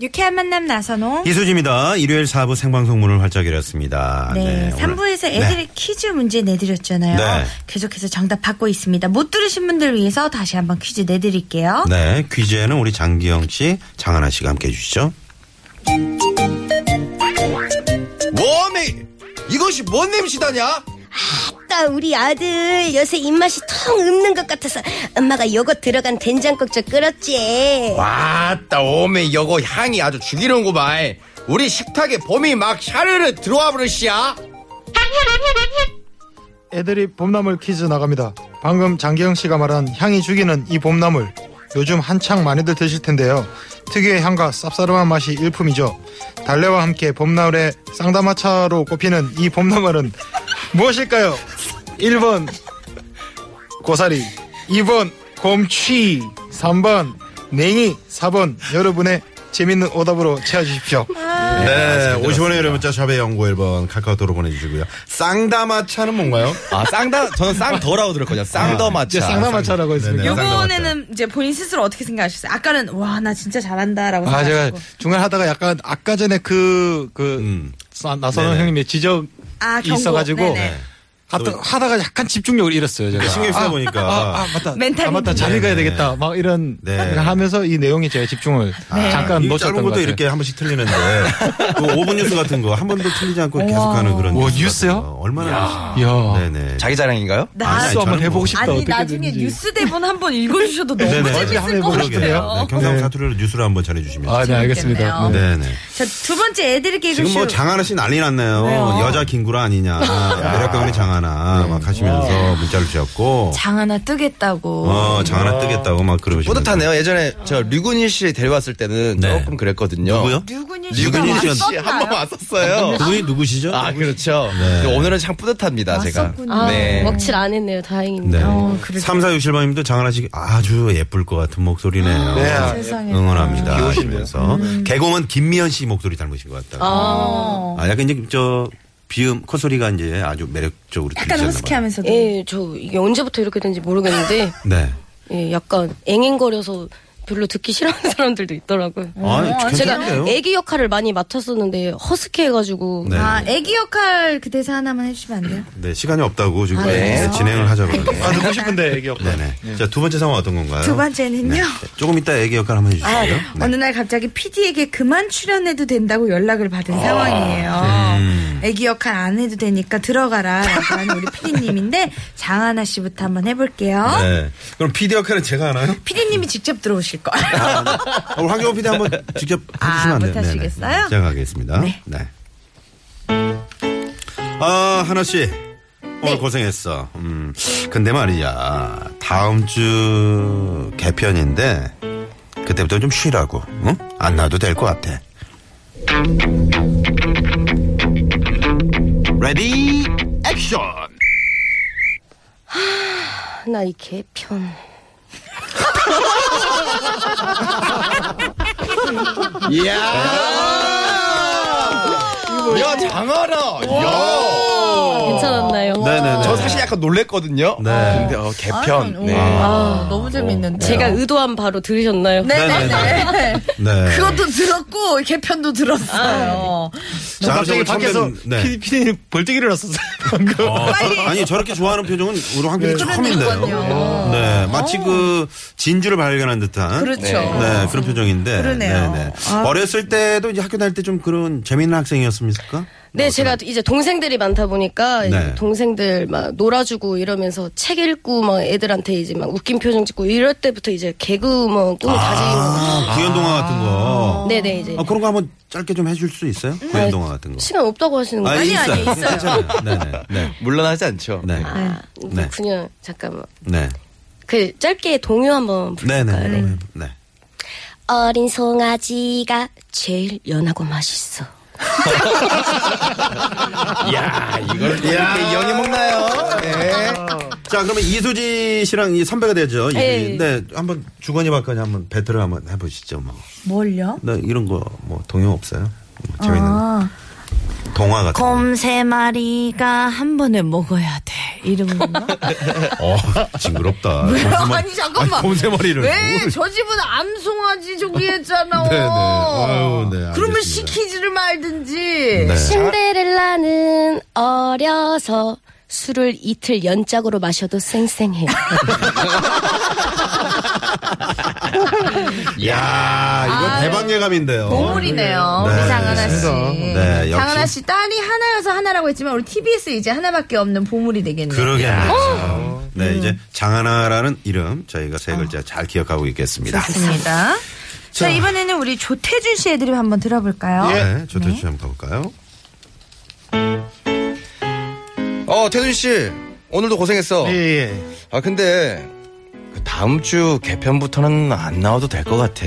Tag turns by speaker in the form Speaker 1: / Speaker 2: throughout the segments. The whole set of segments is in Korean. Speaker 1: 유쾌한 만남 나선홍.
Speaker 2: 이수지입니다. 일요일 4부 생방송 문을 활짝 열었습니다.
Speaker 1: 네,
Speaker 2: 아, 오늘-
Speaker 1: 삼부에서 애들의 퀴즈 문제 내드렸잖아요.
Speaker 2: 네.
Speaker 1: 계속해서 정답 받고 있습니다. 못 들으신 분들 위해서 다시 한번 퀴즈 내드릴게요.
Speaker 2: 네. 네, 퀴즈에는 우리 장기영 씨, 장하나 씨가 함께 해주시죠.
Speaker 3: 뭐메 이것이 뭔 냄새다냐?
Speaker 4: 아따 우리 아들 요새 입맛이 텅 없는 것 같아서 엄마가 요거 들어간 된장국 좀
Speaker 2: 네.
Speaker 1: 네.
Speaker 4: 끓었지
Speaker 3: 왔다 오메 여거 향이 아주 죽이는구만 우리 식탁에 봄이 막 샤르르 들어와 버릇이야
Speaker 5: 애들이 봄나물 퀴즈 나갑니다. 방금 장기영 씨가 말한 향이 죽이는 이 봄나물. 요즘 한창 많이들 드실 텐데요. 특유의 향과 쌉싸름한 맛이 일품이죠. 달래와 함께 봄나물의 쌍다마차로 꼽히는 이 봄나물은 무엇일까요? 1번 고사리, 2번 곰취, 3번 냉이, 4번 여러분의 재밌는 오답으로 채워주십시오.
Speaker 2: 네, 50원의 유료 문자 샵의 연구 1번 카카오톡으로 보내주시고요. 쌍다마차는 뭔가요?
Speaker 3: 아 쌍다 저는 쌍더라고 들었거든요 쌍더마차
Speaker 5: 아, 이제 쌍다마차라고 했습니다.
Speaker 1: 요거는 이제 본인 스스로 어떻게 생각하셨어요? 아까는 와, 나 진짜 잘한다라고
Speaker 5: 아, 제가
Speaker 1: 생각하고.
Speaker 5: 중간 하다가 약간 아까 전에 그, 그,
Speaker 2: 음.
Speaker 5: 사- 나선호
Speaker 2: 네네.
Speaker 5: 형님의 지적
Speaker 1: 아, 경고.
Speaker 5: 있어가지고
Speaker 1: 네네.
Speaker 5: 하다, 하다가 약간 집중력을 잃었어요, 제가.
Speaker 2: 신경 쓰다 보니까.
Speaker 5: 아, 아, 맞다.
Speaker 1: 멘탈이
Speaker 5: 아, 맞다. 잘
Speaker 2: 네네.
Speaker 5: 읽어야 되겠다. 막 이런
Speaker 2: 네.
Speaker 5: 생각을 하면서 이 내용에 제가 집중을
Speaker 1: 아,
Speaker 5: 아,
Speaker 1: 네.
Speaker 5: 잠깐
Speaker 2: 이
Speaker 5: 놓쳤던
Speaker 2: 짧은
Speaker 5: 것
Speaker 2: 것도
Speaker 5: 같아요.
Speaker 2: 이렇게 한 번씩 틀리는데 그 5분 뉴스 같은 거 한 번도 틀리지 않고 계속하는 그런
Speaker 5: 오,
Speaker 2: 뉴스
Speaker 5: 뉴스요?
Speaker 2: 같은 거. 얼마나 아,
Speaker 5: 이야.
Speaker 2: 네네
Speaker 3: 자기 자랑인가요?
Speaker 1: 나-
Speaker 2: 아니,
Speaker 5: 뉴스 한번
Speaker 2: 저는 뭐-
Speaker 5: 해보고 싶다.
Speaker 1: 아니,
Speaker 5: 어떻게
Speaker 1: 나중에
Speaker 5: 되는지.
Speaker 1: 뉴스 대본 한번 읽어주셔도 너무
Speaker 2: 네네.
Speaker 5: 어제
Speaker 1: 재밌을
Speaker 5: 한번
Speaker 1: 것
Speaker 5: 해보고
Speaker 1: 같아요.
Speaker 2: 네, 경상 사투리로 뉴스를 한번 전해주시면.
Speaker 5: 아, 네,
Speaker 1: 재밌겠네요.
Speaker 5: 알겠습니다. 네.
Speaker 2: 네네.
Speaker 1: 자, 두 번째 애들의 개그쇼.
Speaker 2: 지금 뭐 장하나 씨 난리 났네요.
Speaker 1: 왜요?
Speaker 2: 여자 김구라 아니냐. 매력가문의 장하나 막 하시면서 문자를 주셨고.
Speaker 1: 장하나 뜨겠다고.
Speaker 2: 어, 장하나 뜨겠다고 막 그러시고.
Speaker 3: 뿌듯하네요 예전에 저 류근일 씨 데려왔을 때는
Speaker 2: 네.
Speaker 3: 조금 그랬거든요
Speaker 2: 누구요?
Speaker 1: 류근일 씨가
Speaker 3: 류근일
Speaker 2: 류근일
Speaker 3: 씨 한 번
Speaker 1: 왔었나요?
Speaker 3: 왔었어요
Speaker 2: 그분이 누구시죠?
Speaker 3: 아 그렇죠 근데 오늘은 참 뿌듯합니다 제가
Speaker 4: 아,
Speaker 3: 네.
Speaker 4: 먹칠 안 했네요 다행입니다
Speaker 2: 네. 3467번님도 장하나 씨 아주 예쁠 것 같은 목소리네요.
Speaker 5: 네, 아,
Speaker 1: 세상에.
Speaker 2: 응원합니다. 하시면서. 개그우먼 김미연 씨 목소리 닮으신 것 같다고.
Speaker 1: 어.
Speaker 2: 아, 약간 이제 저 비음, 콧소리가 이제 아주 매력적으로
Speaker 1: 약간
Speaker 2: 들리셨나
Speaker 1: 허스키
Speaker 2: 봐요.
Speaker 1: 하면서도.
Speaker 4: 예 저 이게 언제부터 이렇게 된지 모르겠는데
Speaker 2: 네.
Speaker 4: 예, 약간 앵앵거려서 별로 듣기 싫어하는 사람들도 있더라고요
Speaker 2: 아, 괜찮은데요?
Speaker 4: 제가 애기 역할을 많이 맡았었는데 허스키해가지고
Speaker 2: 네.
Speaker 1: 아, 애기 역할 그 대사 하나만 해주시면 안 돼요?
Speaker 2: 네, 시간이 없다고
Speaker 1: 아,
Speaker 2: 지금
Speaker 1: 네.
Speaker 2: 네,
Speaker 3: 그래요?
Speaker 2: 진행을 하자고
Speaker 5: 아,
Speaker 2: 그러는데.
Speaker 5: 듣고 싶은데, 애기 없다.
Speaker 2: 네네. 자, 두 번째 상황 어떤 건가요?
Speaker 1: 두 번째는요.
Speaker 2: 네. 조금 이따 애기 역할 한번 해주시고요.
Speaker 1: 아,
Speaker 2: 네.
Speaker 1: 어느 날 갑자기 PD에게 그만 출연해도 된다고 연락을 받은 상황이에요. 애기 역할 안 해도 되니까 들어가라. 라고 하는 우리 PD님인데 장하나 씨부터 한번 해볼게요.
Speaker 2: 네. 그럼 PD 역할은 제가 하나요?
Speaker 1: PD님이 직접 들어오실 거.
Speaker 2: 아, 우리 황경호 PD 한번 직접 해주시면
Speaker 1: 아,
Speaker 2: 안 돼요?
Speaker 1: 못 하시겠어요?
Speaker 2: 네네. 제가 하겠습니다. 네. 아, 하나 씨.
Speaker 1: 네.
Speaker 2: 오늘 고생했어. 음. 근데 말이야. 다음 주 개편인데 그때부터 좀 쉬라고. 응? 안 놔도 될 것 같아.
Speaker 3: 레디 액션
Speaker 4: 나 이 개편
Speaker 3: 이야! 야, 장하라! 야!
Speaker 4: 괜찮았나요?
Speaker 2: 네네네.
Speaker 3: 저 사실 약간 놀랬거든요.
Speaker 2: 네.
Speaker 3: 근데
Speaker 1: 아,
Speaker 3: 어, 개편. 네.
Speaker 1: 너무 재밌는데.
Speaker 4: 제가 의도한 바로 들으셨나요?
Speaker 1: 네. 네네네.
Speaker 2: 네.
Speaker 1: 그것도 들었고 개편도 들었어요.
Speaker 5: 저 갑자기 밖에서
Speaker 2: 아, 네.
Speaker 5: 피디님 벌떡 일어났었어요, 방금.
Speaker 2: 어, 아니 저렇게 좋아하는 표정은 우리 황 PD
Speaker 1: 네.
Speaker 2: 처음인데요. 네, 마치 그 진주를 발견한 듯한
Speaker 1: 어. 그렇죠.
Speaker 2: 네, 그런 표정인데.
Speaker 1: 그러네요.
Speaker 2: 네, 네.
Speaker 1: 아.
Speaker 2: 어렸을 때도 이제 학교 다닐 때 좀 그런 재미있는 학생이었습니까?
Speaker 4: 네, 제가 이제 동생들이 많다 보니까 이제
Speaker 2: 네.
Speaker 4: 동생들 막 놀아주고 이러면서 책 읽고 막 애들한테 이제 막 웃긴 표정 짓고 이럴 때부터 이제 개그 뭐 꿈을 가진
Speaker 2: 아, 구연 동화 같은 거.
Speaker 4: 네네 이제
Speaker 2: 아, 그런 거 한번 짧게 좀 해줄 수 있어요? 구연 동화 같은 거.
Speaker 4: 시간 없다고 하시는 거예요?
Speaker 1: 음, 아니, 아니, 있어요.
Speaker 2: 괜찮아요. 네, 네, 네.
Speaker 3: 물론 하지 않죠.
Speaker 2: 네.
Speaker 4: 아,
Speaker 2: 네.
Speaker 4: 그냥 잠깐만
Speaker 2: 네.
Speaker 4: 그 짧게 동요 한번 불-
Speaker 2: 네, 네. 네. 네.
Speaker 4: 어린 송아지가 제일 연하고 맛있어
Speaker 3: 이렇게 이영이 먹나요? 네.
Speaker 2: 자, 그러면 이수지 씨랑 이 선배가 되죠. 이 네, 한번 주거니 박거니 한번 배틀을 한번 해보시죠. 뭐,
Speaker 1: 뭘요?
Speaker 2: 나 이런 거 뭐 동요 없어요? 뭐 재밌는
Speaker 1: 아.
Speaker 2: 거. 동화 같은 거.
Speaker 6: 곰 세 마리가 한 번에 먹어야 돼. 이런 건가?
Speaker 2: 어, 징그럽다.
Speaker 1: 아니, 뭐- 잠깐만.
Speaker 2: 곰세 머리를.
Speaker 1: 왜 저 집은 암송아지 저기 했잖아.
Speaker 2: 네, 네. 아유, 네,
Speaker 1: 그러면
Speaker 2: 알겠습니다.
Speaker 1: 시키지를 말든지.
Speaker 2: 네.
Speaker 4: 신데렐라는 어려서 술을 이틀 연짝으로 마셔도 쌩쌩해.
Speaker 2: 네. 야, 이거 대박 예감인데요.
Speaker 1: 아, 보물이네요.
Speaker 2: 네.
Speaker 1: 우리 장하나 씨.
Speaker 2: 네, 역시.
Speaker 1: 장하나 씨 딸이 하나여서 하나라고 했지만 우리 TBS 이제 하나밖에 없는 보물이 되겠네요.
Speaker 2: 그러게 말이죠. 네,
Speaker 1: 음.
Speaker 2: 이제 장하나라는 이름 저희가 세 글자 잘 기억하고 있겠습니다.
Speaker 1: 아. 좋습니다. 자, 이번에는 우리 조태준 씨 애드립 한번 들어볼까요?
Speaker 2: 네, 조태준 씨 한번 가볼까요?
Speaker 3: 어, 태준 씨. 오늘도 고생했어.
Speaker 5: 예.
Speaker 3: 아, 근데 그 다음 주 개편부터는 안 나와도 될 것 같아.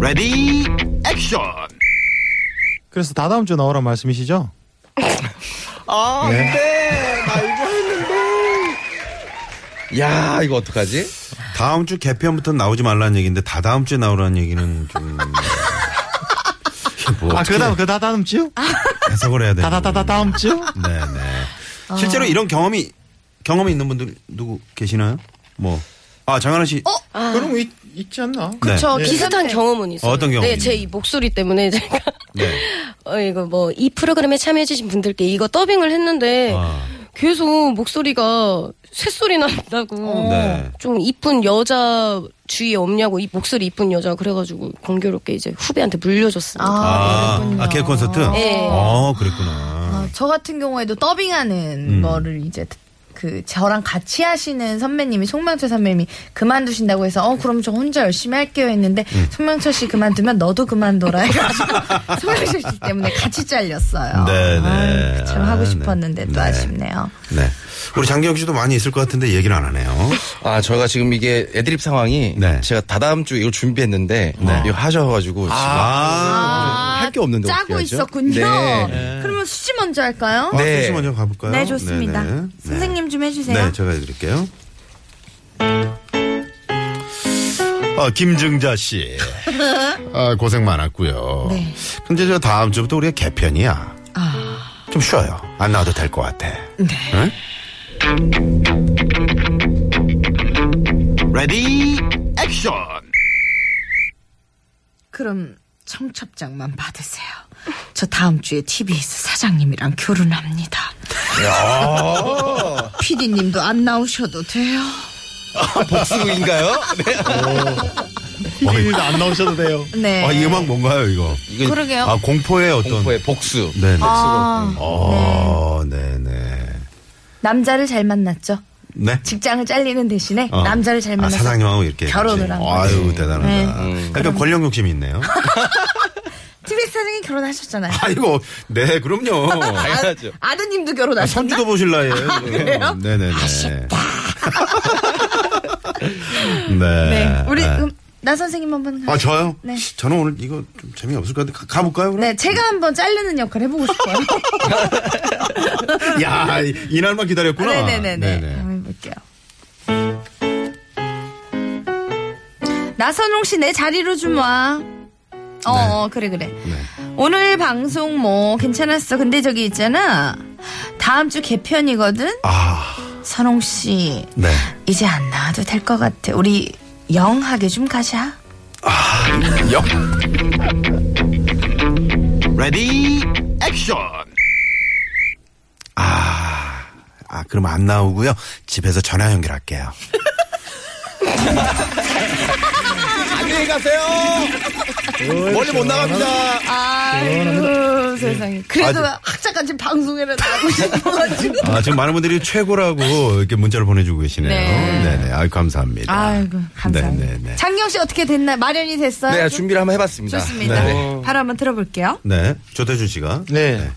Speaker 2: 레디 액션.
Speaker 5: 그래서 다 다음 주 나오란 말씀이시죠?
Speaker 3: 아, 근데 나 이거 했는데. 야, 이거 어떡하지?
Speaker 2: 다음 주 개편부터 나오지 말라는 얘기인데 다 다음 주에 나오라는 얘기는 좀. 뭐
Speaker 5: 아,
Speaker 2: 어떻게
Speaker 5: 그 다음, 그 다 다음 주?
Speaker 2: 해석을 해야 되는.
Speaker 5: 다 다 다 다 다음 주?
Speaker 2: 네, 네. 실제로 이런 경험이 경험이 있는 분들 누구 계시나요? 뭐. 아, 장하나 씨.
Speaker 1: 어,
Speaker 5: 그런 거 있, 있지 않나?
Speaker 2: 네.
Speaker 4: 저 비슷한 경험은 있어요.
Speaker 2: 어떤 경험이
Speaker 4: 네, 제 이 목소리 때문에 제가
Speaker 2: 네.
Speaker 4: 어, 이거 뭐 이 프로그램에 참여해주신 분들께 이거 더빙을 했는데
Speaker 2: 아.
Speaker 4: 계속 목소리가 새소리 난다고
Speaker 2: 네.
Speaker 4: 좀 이쁜 여자 주위에 없냐고 이 목소리 이쁜 여자 그래가지고 공교롭게 이제 후배한테 물려줬습니다.
Speaker 2: 아, 아, 개 콘서트?
Speaker 1: 예.
Speaker 4: 네.
Speaker 2: 어, 그랬구나.
Speaker 1: 어, 저 같은 경우에도 더빙하는
Speaker 2: 음.
Speaker 1: 거를 이제 그 저랑 같이 하시는 선배님이 송명철 선배님이 그만두신다고 해서 어 그럼 저 혼자 열심히 할게요 했는데
Speaker 2: 음.
Speaker 1: 송명철 씨 그만두면 너도 그만둬라 해가지고 송명철 씨 때문에 같이 잘렸어요.
Speaker 2: 네, 네.
Speaker 1: 아유, 참 하고
Speaker 2: 아, 네.
Speaker 1: 싶었는데 또
Speaker 2: 네.
Speaker 1: 아쉽네요.
Speaker 2: 네. 우리 장기영 씨도 많이 있을 것 같은데 얘기를 안 하네요.
Speaker 3: 아, 저희가 지금 이게 애드립 상황이
Speaker 2: 네.
Speaker 3: 제가 다다음 주에 이걸 준비했는데 이거 하셔가지고
Speaker 2: 아.
Speaker 3: 할 게 없는데
Speaker 1: 짜고
Speaker 3: 어떡하죠?
Speaker 1: 있었군요.
Speaker 3: 네.
Speaker 1: 그러면 수지 먼저 할까요?
Speaker 2: 네.
Speaker 3: 네.
Speaker 2: 아, 씨 먼저 가볼까요?
Speaker 1: 네 좋습니다.
Speaker 2: 네, 네.
Speaker 1: 선생님 좀
Speaker 2: 네,
Speaker 1: 해주세요.
Speaker 2: 네, 제가 해드릴게요. 어, 김증자 씨. 아, 고생 많았고요.
Speaker 1: 네.
Speaker 2: 근데 저 다음 주부터 우리가 개편이야.
Speaker 1: 아.
Speaker 2: 좀 쉬어요. 안 나와도 될 것 같아. 네. 레디 액션.
Speaker 1: 그럼 청첩장만 받으세요. 저 다음 주에 TBS 사장님이랑 결혼합니다. 피디님도 안 나오셔도 돼요.
Speaker 3: 복수인가요? 네.
Speaker 5: 일도 안 나오셔도 돼요.
Speaker 1: 네.
Speaker 2: 아, 이 음악 뭔가요, 이거?
Speaker 3: 이거
Speaker 1: 그러게요. 아.
Speaker 2: 아, 공포의 어떤.
Speaker 3: 공포의 아. 복수.
Speaker 2: 네네. 어, 네네.
Speaker 1: 남자를 잘 만났죠.
Speaker 2: 네.
Speaker 1: 직장을 잘리는 대신에
Speaker 2: 어.
Speaker 1: 남자를 잘
Speaker 2: 아,
Speaker 1: 만나서
Speaker 2: 사장님하고 이렇게
Speaker 1: 결혼을
Speaker 2: 같이.
Speaker 1: 한
Speaker 2: 아유 대단하다.
Speaker 1: 네.
Speaker 3: 음.
Speaker 2: 약간 권력 욕심이 있네요.
Speaker 1: TBS 사장님 결혼하셨잖아요.
Speaker 2: 아이고 네 그럼요.
Speaker 3: 당연하죠.
Speaker 1: 아드님도 결혼하셨나?
Speaker 2: 선주도 보실 나이에요. 지금.
Speaker 1: 그래요?
Speaker 2: 네네네. 네.
Speaker 1: 네. 우리
Speaker 2: 네.
Speaker 1: 그럼 나 선생님 한번 가.
Speaker 2: 아 저요?
Speaker 1: 네.
Speaker 2: 저는 오늘 이거 좀 재미없을 것 같은데 가, 볼까요 그럼?
Speaker 1: 네, 제가 한번 자르는 역할 해보고 싶어요.
Speaker 2: 야 이- 이날만 기다렸구나.
Speaker 1: 아, 네네네네. 한번 해볼게요. 나선홍 씨 내 자리로 좀 와. 어,
Speaker 2: 네.
Speaker 1: 어, 그래 그래. 오늘 방송 뭐 괜찮았어. 근데 저기 있잖아. 다음 주 개편이거든.
Speaker 2: 아
Speaker 1: 선홍 씨
Speaker 2: 네.
Speaker 1: 이제 안 나와도 될 것 같아. 우리 영하게 좀 가자.
Speaker 2: 역. 레디 액션. 아, 아 그럼 안 나오고요. 집에서 전화 연결할게요.
Speaker 3: 안녕히 가세요. 멀리 못 나갑니다.
Speaker 1: 아유 세상에. 그래도
Speaker 2: 아주-
Speaker 1: 학자까지 방송에는 나오고 싶어가지고.
Speaker 2: 아, 지금 많은 분들이 최고라고 이렇게 문자를 보내주고 계시네요.
Speaker 1: 네.
Speaker 2: 네, 네. 아, 감사합니다.
Speaker 1: 아이고 감사합니다.
Speaker 2: 네, 네, 네.
Speaker 1: 장경 씨 어떻게 됐나? 마련이 됐어요?
Speaker 3: 네, 준비를 한번 해봤습니다.
Speaker 1: 좋습니다.
Speaker 3: 네.
Speaker 1: 바로 한번 들어볼게요.
Speaker 2: 네, 조태준 씨가.
Speaker 5: 네.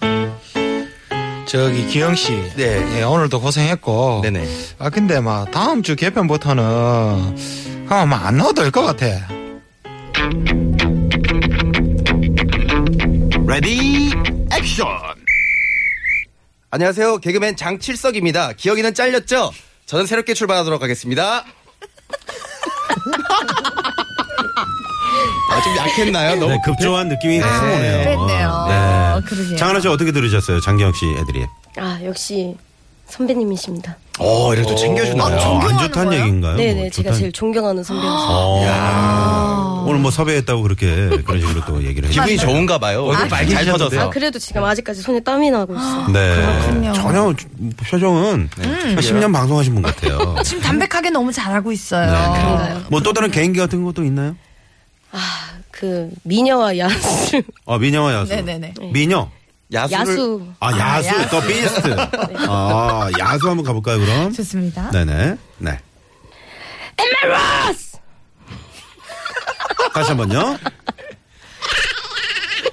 Speaker 2: 네.
Speaker 5: 저기 기영 씨,
Speaker 3: 네.
Speaker 5: 예, 오늘도 고생했고,
Speaker 3: 네네.
Speaker 5: 아 근데 막 다음 주 개편부터는 아마 안 나와도 될 것 같아.
Speaker 2: 레디 액션
Speaker 3: 안녕하세요. 개그맨 장칠석입니다. 기억이는 잘렸죠? 저는 새롭게 출발하도록 하겠습니다. 아, 좀 약했나요? 너무
Speaker 2: 네, 급조한 느낌이 확 오네요.
Speaker 1: 아, 그랬네요. 어,
Speaker 2: 네.
Speaker 1: 그러게요.
Speaker 2: 장하나 씨 어떻게 들으셨어요? 장기영 씨 애들이.
Speaker 4: 아 역시 선배님이십니다.
Speaker 3: 어, 이래도 챙겨주나요?
Speaker 2: 안 좋다는 얘기인가요?
Speaker 4: 네네
Speaker 2: 뭐
Speaker 4: 제가
Speaker 2: 좋다는-
Speaker 4: 제일 존경하는 아, 선배님.
Speaker 2: 어.
Speaker 1: 아.
Speaker 2: 오늘 뭐 섭외했다고 그렇게 그런 식으로 또 얘기를 해요.
Speaker 3: 기분이 좋은가 봐요. 얼굴 빨개 잘
Speaker 2: 빨개지셨는데요?
Speaker 3: 터져서.
Speaker 4: 아 그래도 지금 아직까지 손에 땀이 나고 있어.
Speaker 2: 네. 전혀 표정은
Speaker 1: 음.
Speaker 2: 한 10년 방송하신 분 같아요.
Speaker 1: 지금 담백하게 너무 잘하고 있어요.
Speaker 2: 뭐 또 다른 개인기 같은 것도 있나요?
Speaker 4: 그 미녀와 야수,
Speaker 2: 아, 민영아 야수.
Speaker 1: 네네네.
Speaker 2: 민영.
Speaker 3: 야수를
Speaker 4: 야수
Speaker 2: 아, 야수. 더
Speaker 1: 네.
Speaker 2: 비스트. 아, 야수 한번 가볼까요, 그럼?
Speaker 1: 좋습니다.
Speaker 2: 네네. 네. 다시 한 번요.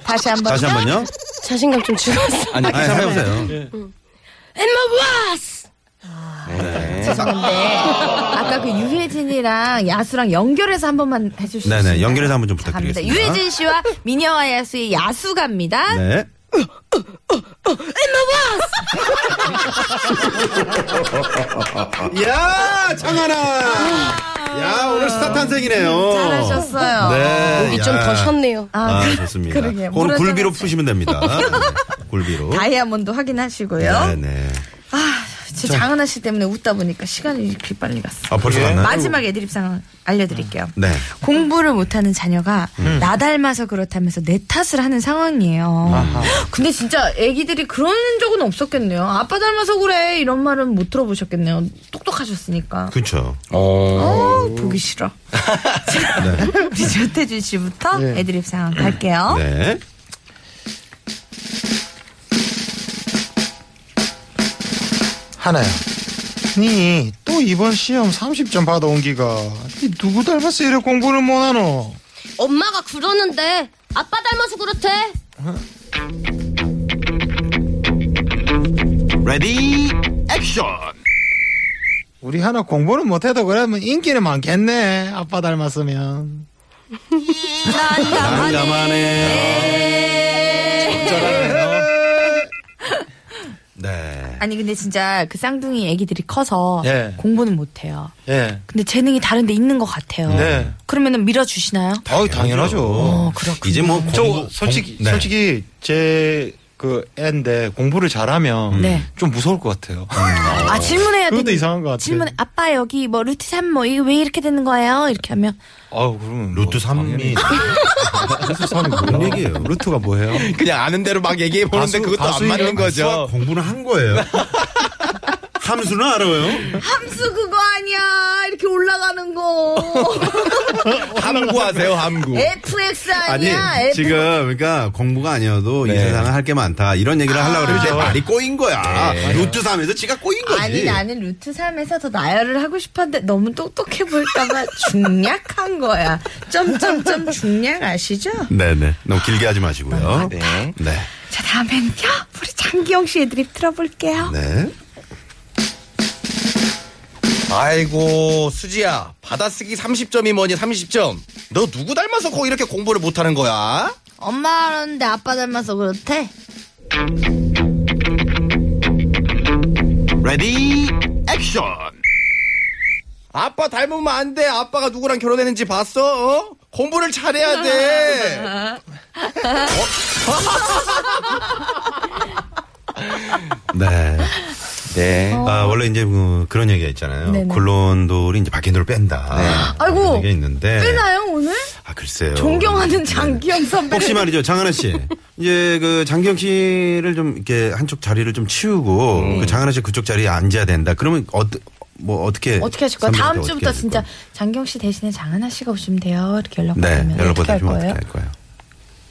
Speaker 1: 다시 한번.
Speaker 2: 다시 한 번요.
Speaker 4: 자신감 좀 줄었어.
Speaker 3: 아니, 그
Speaker 2: 아니,
Speaker 3: 잠깐만요.
Speaker 2: 해보세요.
Speaker 1: 네.
Speaker 4: 엠마 와스.
Speaker 1: 죄송한데 아까 그 유해진이랑 야수랑 연결해서 한 번만 해주실 수
Speaker 2: 네네,
Speaker 1: 있나요?
Speaker 2: 연결해서 한번좀
Speaker 1: 감사합니다.
Speaker 2: 부탁드리겠습니다.
Speaker 1: 유해진 씨와 미녀와 야수의 야수 갑니다.
Speaker 2: 네. 야, 장하나! 야, 오늘 스타 탄생이네요.
Speaker 1: 아. 잘하셨어요.
Speaker 2: 네.
Speaker 4: 목이 좀
Speaker 2: 야.
Speaker 4: 더 쉬었네요.
Speaker 2: 아,
Speaker 1: 아, 그-
Speaker 2: 좋습니다.
Speaker 1: 그러게요.
Speaker 2: 그건
Speaker 1: 물어서-
Speaker 2: 굴비로 푸시면 됩니다. 네, 굴비로.
Speaker 1: 다이아몬드 확인하시고요.
Speaker 2: 네네.
Speaker 1: 제 장은아 씨 때문에 웃다 보니까 시간이 이렇게 빨리 갔어.
Speaker 2: 아, 벌써 갔나요?
Speaker 1: 마지막 애드립 상황 알려드릴게요.
Speaker 2: 네. 음.
Speaker 1: 공부를 못하는 자녀가 나 닮아서 그렇다면서 내 탓을 하는 상황이에요. 근데 진짜 애기들이 그런 적은 없었겠네요. 아빠 닮아서 그래 이런 말은 못 들어보셨겠네요. 똑똑하셨으니까.
Speaker 2: 그쵸.
Speaker 1: 어, 보기 싫어. 우리 조태준 씨부터
Speaker 5: 네.
Speaker 1: 애드립 상황 갈게요.
Speaker 2: 네.
Speaker 5: 하나야. 니 또 이번 시험 30점 받아온 기가 니 누구 닮았어 이래 공부를 못하노?
Speaker 7: 엄마가 그러는데 아빠 닮아서 그렇대
Speaker 2: 레디, 액션!
Speaker 5: 우리 하나 공부는 못해도 그러면 인기는 많겠네. 아빠 닮았으면.
Speaker 2: 난감하네. 네.
Speaker 1: 아니 근데 진짜 그 쌍둥이 애기들이 커서
Speaker 3: 예.
Speaker 1: 공부는 못해요.
Speaker 3: 예.
Speaker 1: 근데 재능이 다른데 있는 것 같아요.
Speaker 3: 네.
Speaker 1: 그러면은 밀어주시나요?
Speaker 3: 어, 당연하죠.
Speaker 1: 어, 그렇군요.
Speaker 2: 이제 뭐, 공부-
Speaker 5: 저 솔직히
Speaker 2: 공- 네.
Speaker 5: 솔직히 제 그 애인데 공부를
Speaker 2: 음.
Speaker 5: 잘하면
Speaker 1: 네.
Speaker 5: 좀 무서울 것 같아요.
Speaker 1: 아 질문해야 돼.
Speaker 5: 그것도 이상한 것 같아.
Speaker 1: 질문 아빠 여기 뭐 루트 3뭐 이게 왜 이렇게 되는 거예요? 이렇게 하면
Speaker 5: 아우 그러면 뭐
Speaker 2: 루트
Speaker 5: 삼
Speaker 2: 3이.
Speaker 5: 루트 3이
Speaker 2: 뭔 얘기예요?
Speaker 5: 루트가 뭐예요?
Speaker 3: 그냥 아는 대로 막 얘기해 보는데
Speaker 5: 가수-
Speaker 3: 그것도 안
Speaker 5: 가수이름?
Speaker 3: 맞는 거죠.
Speaker 2: 공부를 한 거예요. 함수는 알아요?
Speaker 1: 함수 그거 아니야 이렇게 올라가는 거
Speaker 3: 함구하세요, 함구.
Speaker 1: FX
Speaker 2: 아니, 지금, 그러니까 공부가 아니어도 이
Speaker 3: 네.
Speaker 2: 세상은 할 게 많다. 이런 얘기를 하려고 그러는데
Speaker 5: 그렇죠.
Speaker 2: 말이 꼬인 거야. 루트 3에서 지가 꼬인 거지.
Speaker 1: 아니 나는 루트 3에서 더 나열을 하고 싶었는데 너무 똑똑해 보일까봐 중략한 거야. 점점점 중략 아시죠?
Speaker 2: 네네. 너무 길게 하지 마시고요. 네. 네.
Speaker 1: 자 다음에는요 우리 장기영 씨 애드립 들어볼게요.
Speaker 2: 네.
Speaker 3: 아이고, 수지야. 받아쓰기 30점이 뭐니, 30점. 너 누구 닮아서 거 이렇게 공부를 못하는 거야?
Speaker 1: 엄마 그러는데 아빠 닮아서 그렇대.
Speaker 2: 레디, 액션!
Speaker 3: 아빠 닮으면 안 돼. 아빠가 누구랑 결혼했는지 봤어? 어? 공부를 잘해야 돼.
Speaker 2: 네.
Speaker 3: 네.
Speaker 2: 아, 원래 이제 그, 런 얘기가 있잖아요.
Speaker 1: 네네.
Speaker 2: 굴론돌이 이제 바뀐 돌을 뺀다.
Speaker 1: 아이고,
Speaker 2: 그런 얘기가 있는데.
Speaker 1: 빼나요 오늘?
Speaker 2: 아, 글쎄요.
Speaker 1: 존경하는
Speaker 2: 네.
Speaker 1: 장기영 선배.
Speaker 2: 혹시 말이죠, 장하나 씨. 이제 그 장기영 씨를 좀 이렇게 한쪽 자리를 좀 치우고 그 장하나 씨 그쪽 자리에 앉아야 된다. 그러면 어, 뭐 어떻게.
Speaker 1: 어떻게 하실 거예요?
Speaker 2: 선배한테
Speaker 1: 다음
Speaker 2: 어떻게
Speaker 1: 주부터
Speaker 2: 하실
Speaker 1: 진짜
Speaker 2: 거예요?
Speaker 1: 장기영 씨 대신에 장하나 씨가 오시면 돼요. 이렇게 연락
Speaker 2: 네,
Speaker 1: 받으면
Speaker 2: 연락
Speaker 1: 어떻게 할
Speaker 2: 받으시면
Speaker 1: 거예요?
Speaker 2: 어떻게 할 거예요?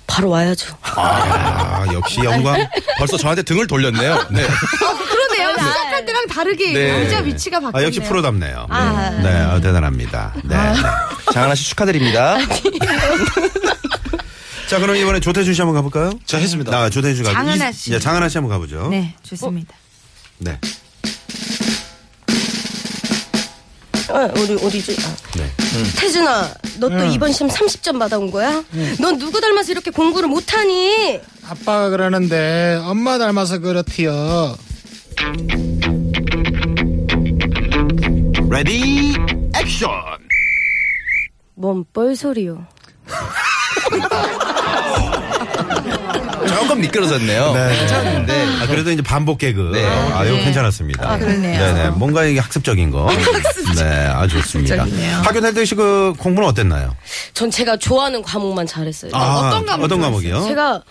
Speaker 4: 바로 와야죠.
Speaker 2: 아, 역시 영광.
Speaker 3: 벌써 저한테 등을 돌렸네요. 네.
Speaker 1: 어, 그러네요. 시작할 때랑 다르게
Speaker 3: 네.
Speaker 1: 문제 위치가 바뀌네요. 아.
Speaker 2: 아, 역시 프로답네요. 네, 네, 아, 대단합니다. 네. 네.
Speaker 3: 장하나 씨 축하드립니다.
Speaker 2: 자, 그럼 이번에 조태준 씨 한번 가볼까요?
Speaker 5: 저 했습니다.
Speaker 2: 나 조태준 씨 가고.
Speaker 1: 장하나
Speaker 2: 이-
Speaker 1: 씨.
Speaker 2: 예, 장하나 씨 한번 가보죠.
Speaker 1: 네, 좋습니다.
Speaker 2: 네.
Speaker 4: 아, 우리 어디지? 아.
Speaker 2: 네. 음.
Speaker 4: 태준아, 너 또 이번 시험 30점 받아온 거야? 넌 누구 닮아서 이렇게 공부를 못하니?
Speaker 5: 아빠가 그러는데 엄마 닮아서 그렇티요.
Speaker 2: 레디 액션
Speaker 4: 뭔 뻘소리요.
Speaker 3: 조금 미끄러졌네요.
Speaker 2: 네.
Speaker 3: 괜찮은데.
Speaker 2: 아, 그래도 이제 반복 개그.
Speaker 3: 네.
Speaker 2: 아, 이거 괜찮았습니다.
Speaker 1: 아, 그러네요.
Speaker 2: 네네. 뭔가 이게 학습적인 거. 네, 아주 좋습니다.
Speaker 1: 학습적이네요.
Speaker 2: 학교 다닐 때그 공부는 어땠나요?
Speaker 8: 전 제가 좋아하는 과목만 잘했어요.
Speaker 2: 아,
Speaker 1: 어떤 과목
Speaker 2: 어떤 과목이요?
Speaker 8: 제가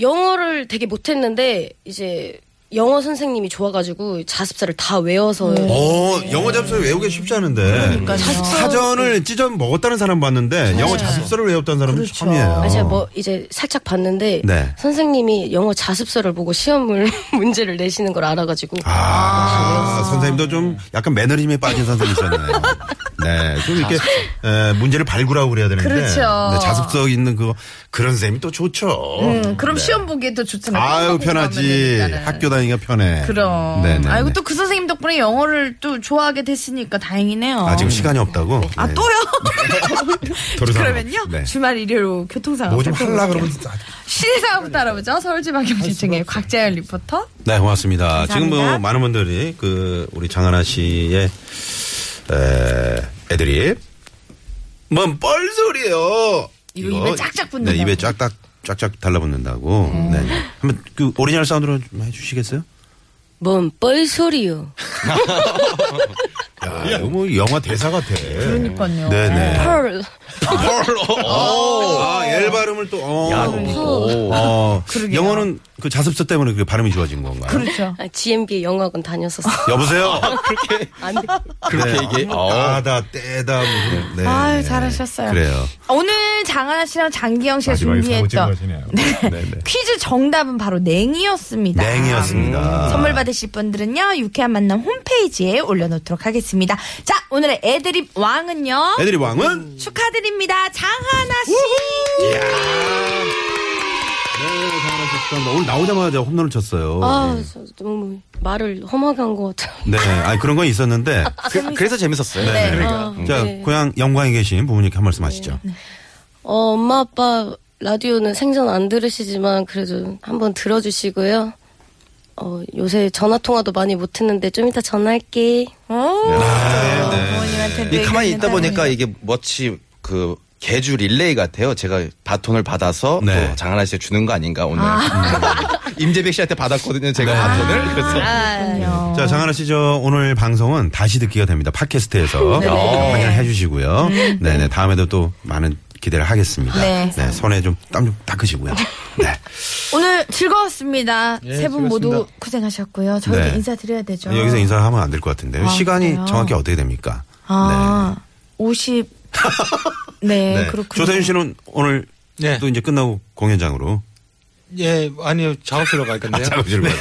Speaker 8: 영어를 되게 못했는데 이제 영어 선생님이 좋아가지고 자습서를 다 외워서
Speaker 2: 오, 음. 영어 잡서 외우기 쉽지 않은데. 사전을 찢어 먹었다는 사람 봤는데 영어 자습서를 외웠다는 사람은
Speaker 1: 그렇죠.
Speaker 2: 처음이에요.
Speaker 8: 아, 제가 뭐 이제 살짝 봤는데
Speaker 2: 네.
Speaker 8: 선생님이 영어 자습서를 보고 시험을 문제를 내시는 걸 알아가지고
Speaker 2: 아, 선생님도 좀 약간 매너리즘에 빠진 선생님이셨나요? 네, 좀 이렇게 에, 문제를 발굴하고 그래야 되는데
Speaker 1: 그렇죠.
Speaker 2: 네, 자습서 있는 그거 그런 선생님이 또 좋죠.
Speaker 1: 음, 그럼 시험 보기에 또 좋잖아요.
Speaker 2: 네. 아유
Speaker 1: 꼼꼼히
Speaker 2: 편하지.
Speaker 1: 가면 되니까는.
Speaker 2: 학교 다니기가 편해.
Speaker 1: 그럼.
Speaker 2: 네네.
Speaker 1: 아이고 또 그 선생님 덕분에 영어를 또 좋아하게 됐으니까 다행이네요.
Speaker 2: 아 지금 시간이 없다고.
Speaker 1: 아,
Speaker 2: 네.
Speaker 1: 또요?
Speaker 2: 도로 상황.
Speaker 1: 그러면요.
Speaker 2: 네.
Speaker 1: 주말 일요일 교통 상황.
Speaker 2: 뭐 좀 할라 그러면 진짜.
Speaker 1: 시내 상황부터 알아보죠. 서울지방경찰청의 곽자연 리포터.
Speaker 2: 네, 고맙습니다. 지금 뭐
Speaker 1: 감사합니다.
Speaker 2: 많은 분들이 그 우리 장하나 씨의 에, 애드립 뭔뻘 소리예요.
Speaker 1: 이거 입에 쫙쫙
Speaker 2: 네,
Speaker 1: 붙는다고. 음.
Speaker 2: 입에 쫙딱 쫙쫙 달라붙는다고. 네. 한번 그 오리지널 사운드로 좀 해주시겠어요?
Speaker 8: 뭔 뻘소리요.
Speaker 2: 야, 이거 뭐 영화 대사 같아.
Speaker 1: 그러니까요.
Speaker 2: 네네.
Speaker 8: 펄.
Speaker 1: 어.
Speaker 2: 오, 아, 엘 발음을 또. 어.
Speaker 3: 오.
Speaker 2: 어. 영어는 그 자습서 때문에 그 발음이 좋아진 건가요?
Speaker 1: 그렇죠. 아.
Speaker 8: 아, GMB 영어학원 다녔었어.
Speaker 2: 여보세요. 아,
Speaker 3: 그렇게,
Speaker 8: 안 돼.
Speaker 3: 그렇게 얘기해. 어.
Speaker 2: 까다 떼다 무슨. 네.
Speaker 1: 아유, 잘하셨어요.
Speaker 2: 그래요.
Speaker 1: 오늘 장하나 씨랑 장기영 씨가
Speaker 9: 마지막에
Speaker 1: 준비했던
Speaker 9: 사고치고 하시네요. 네네.
Speaker 1: 퀴즈 정답은 바로 냉이었습니다.
Speaker 3: 아.
Speaker 2: 냉이었습니다.
Speaker 1: 선물 받으실 분들은요, 유쾌한 만남 홈페이지에 올려놓도록 하겠습니다. 자, 오늘의 애드립 왕은요,
Speaker 2: 애들이 왕은
Speaker 1: 축하드립니다. 장하나 씨!
Speaker 2: 네, 잘하셨습니다. 오늘 나오자마자 홈런을 쳤어요.
Speaker 8: 아, 저 너무 말을 험하게 한 것 같아요.
Speaker 2: 네, 아니, 그런 건 있었는데.
Speaker 3: 그, 그래서 재밌었어요. 그러니까.
Speaker 2: 자, 고향 영광에 계신 부모님께 한 말씀 하시죠.
Speaker 8: 어, 엄마 아빠 라디오는 생전 안 들으시지만 그래도 한번 들어주시고요. 어, 요새 전화 통화도 많이 못 했는데 좀 이따 전화할게. 어?
Speaker 1: 오,
Speaker 2: 네, 네.
Speaker 1: 부모님한테도
Speaker 3: 이 가만히 있다
Speaker 1: 얘기했는데
Speaker 3: 보니까
Speaker 1: 어머니.
Speaker 3: 이게 멋지 그 개주 릴레이 같아요. 제가 바톤을 받아서
Speaker 2: 네.
Speaker 3: 또 장하나 씨가 주는 거 아닌가 오늘. 임재백 씨한테 받았거든요. 제가 바톤을. 그래서
Speaker 2: 자, 장하나 씨, 저 오늘 방송은 다시 듣기가 됩니다. 팟캐스트에서
Speaker 3: 네네.
Speaker 2: 확인을 해주시고요. 네네, 다음에도 또 많은 기대를 하겠습니다.
Speaker 1: 네.
Speaker 2: 손에 좀 땀 좀 닦으시고요. 네.
Speaker 1: 오늘 즐거웠습니다.
Speaker 3: 예,
Speaker 1: 세 분 모두
Speaker 3: 즐거웠습니다.
Speaker 1: 고생하셨고요. 저희도
Speaker 2: 네.
Speaker 1: 인사드려야 되죠.
Speaker 2: 여기서 인사하면 안 될 것 같은데요.
Speaker 1: 아,
Speaker 2: 시간이
Speaker 1: 그래요?
Speaker 2: 정확히 어떻게 됩니까?
Speaker 1: 아, 50. 네,
Speaker 2: 네.
Speaker 1: 그렇군요.
Speaker 2: 조세윤 씨는 오늘
Speaker 5: 네.
Speaker 2: 또 이제 끝나고 공연장으로
Speaker 5: 예, 아니요. 작업실로 갈 건데요.
Speaker 2: 작업실 가지고.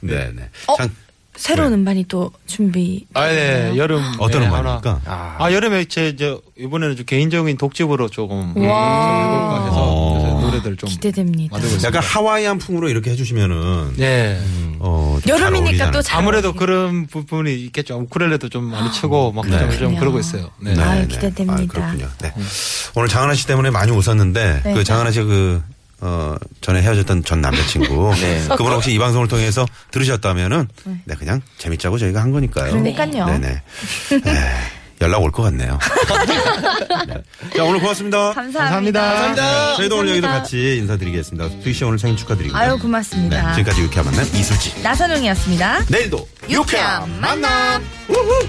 Speaker 2: 네, 네.
Speaker 5: 어?
Speaker 2: 장,
Speaker 1: 새로운
Speaker 2: 네.
Speaker 1: 음반이 또 준비.
Speaker 5: 아, 네. 여름
Speaker 2: 어떤
Speaker 5: 에
Speaker 2: 음반입니까?
Speaker 5: 하나. 아, 여름에 제 저 이번에는 좀 개인적인 독집으로 조금 해볼까 해서
Speaker 2: 어.
Speaker 5: 요새 노래들 좀
Speaker 1: 기대됩니다.
Speaker 5: 만들고 있습니다.
Speaker 2: 약간 하와이안 풍으로 이렇게 해주시면은
Speaker 5: 예.
Speaker 2: 어, 좀잘
Speaker 1: 여름이니까
Speaker 2: 어울리지
Speaker 1: 또 잘.
Speaker 5: 아무래도 그런 부분이 있겠죠. 우쿨렐레도 좀 많이 치고 막
Speaker 2: 네.
Speaker 5: 좀, 좀
Speaker 1: 그래요.
Speaker 5: 그러고 있어요. 네.
Speaker 2: 않을까.
Speaker 1: 아유,
Speaker 2: 네, 네.
Speaker 1: 기대됩니다.
Speaker 2: 아, 그렇군요. 네. 오늘 장하나 씨 때문에 많이 웃었는데
Speaker 1: 네.
Speaker 2: 그 장하나 씨가 그 어, 전에 헤어졌던 전 남자친구.
Speaker 5: 네.
Speaker 2: 그분 혹시 이 방송을 통해서 들으셨다면은 네, 그냥 재밌자고 저희가 한 거니까요.
Speaker 1: 그러니까요.
Speaker 2: 네네. 에, 연락 올 것 같네요. 네. 자, 오늘 고맙습니다.
Speaker 1: 감사합니다.
Speaker 2: 네, 저희도 오늘 여기서 같이 인사드리겠습니다. 수희 씨 오늘 생일 축하드리고요.
Speaker 1: 아유, 고맙습니다.
Speaker 2: 네, 지금까지 유쾌한 만남 이수지.
Speaker 3: 음.
Speaker 1: 나선홍이었습니다.
Speaker 2: 내일도
Speaker 1: 유쾌한 만남.
Speaker 2: 만남. 우후.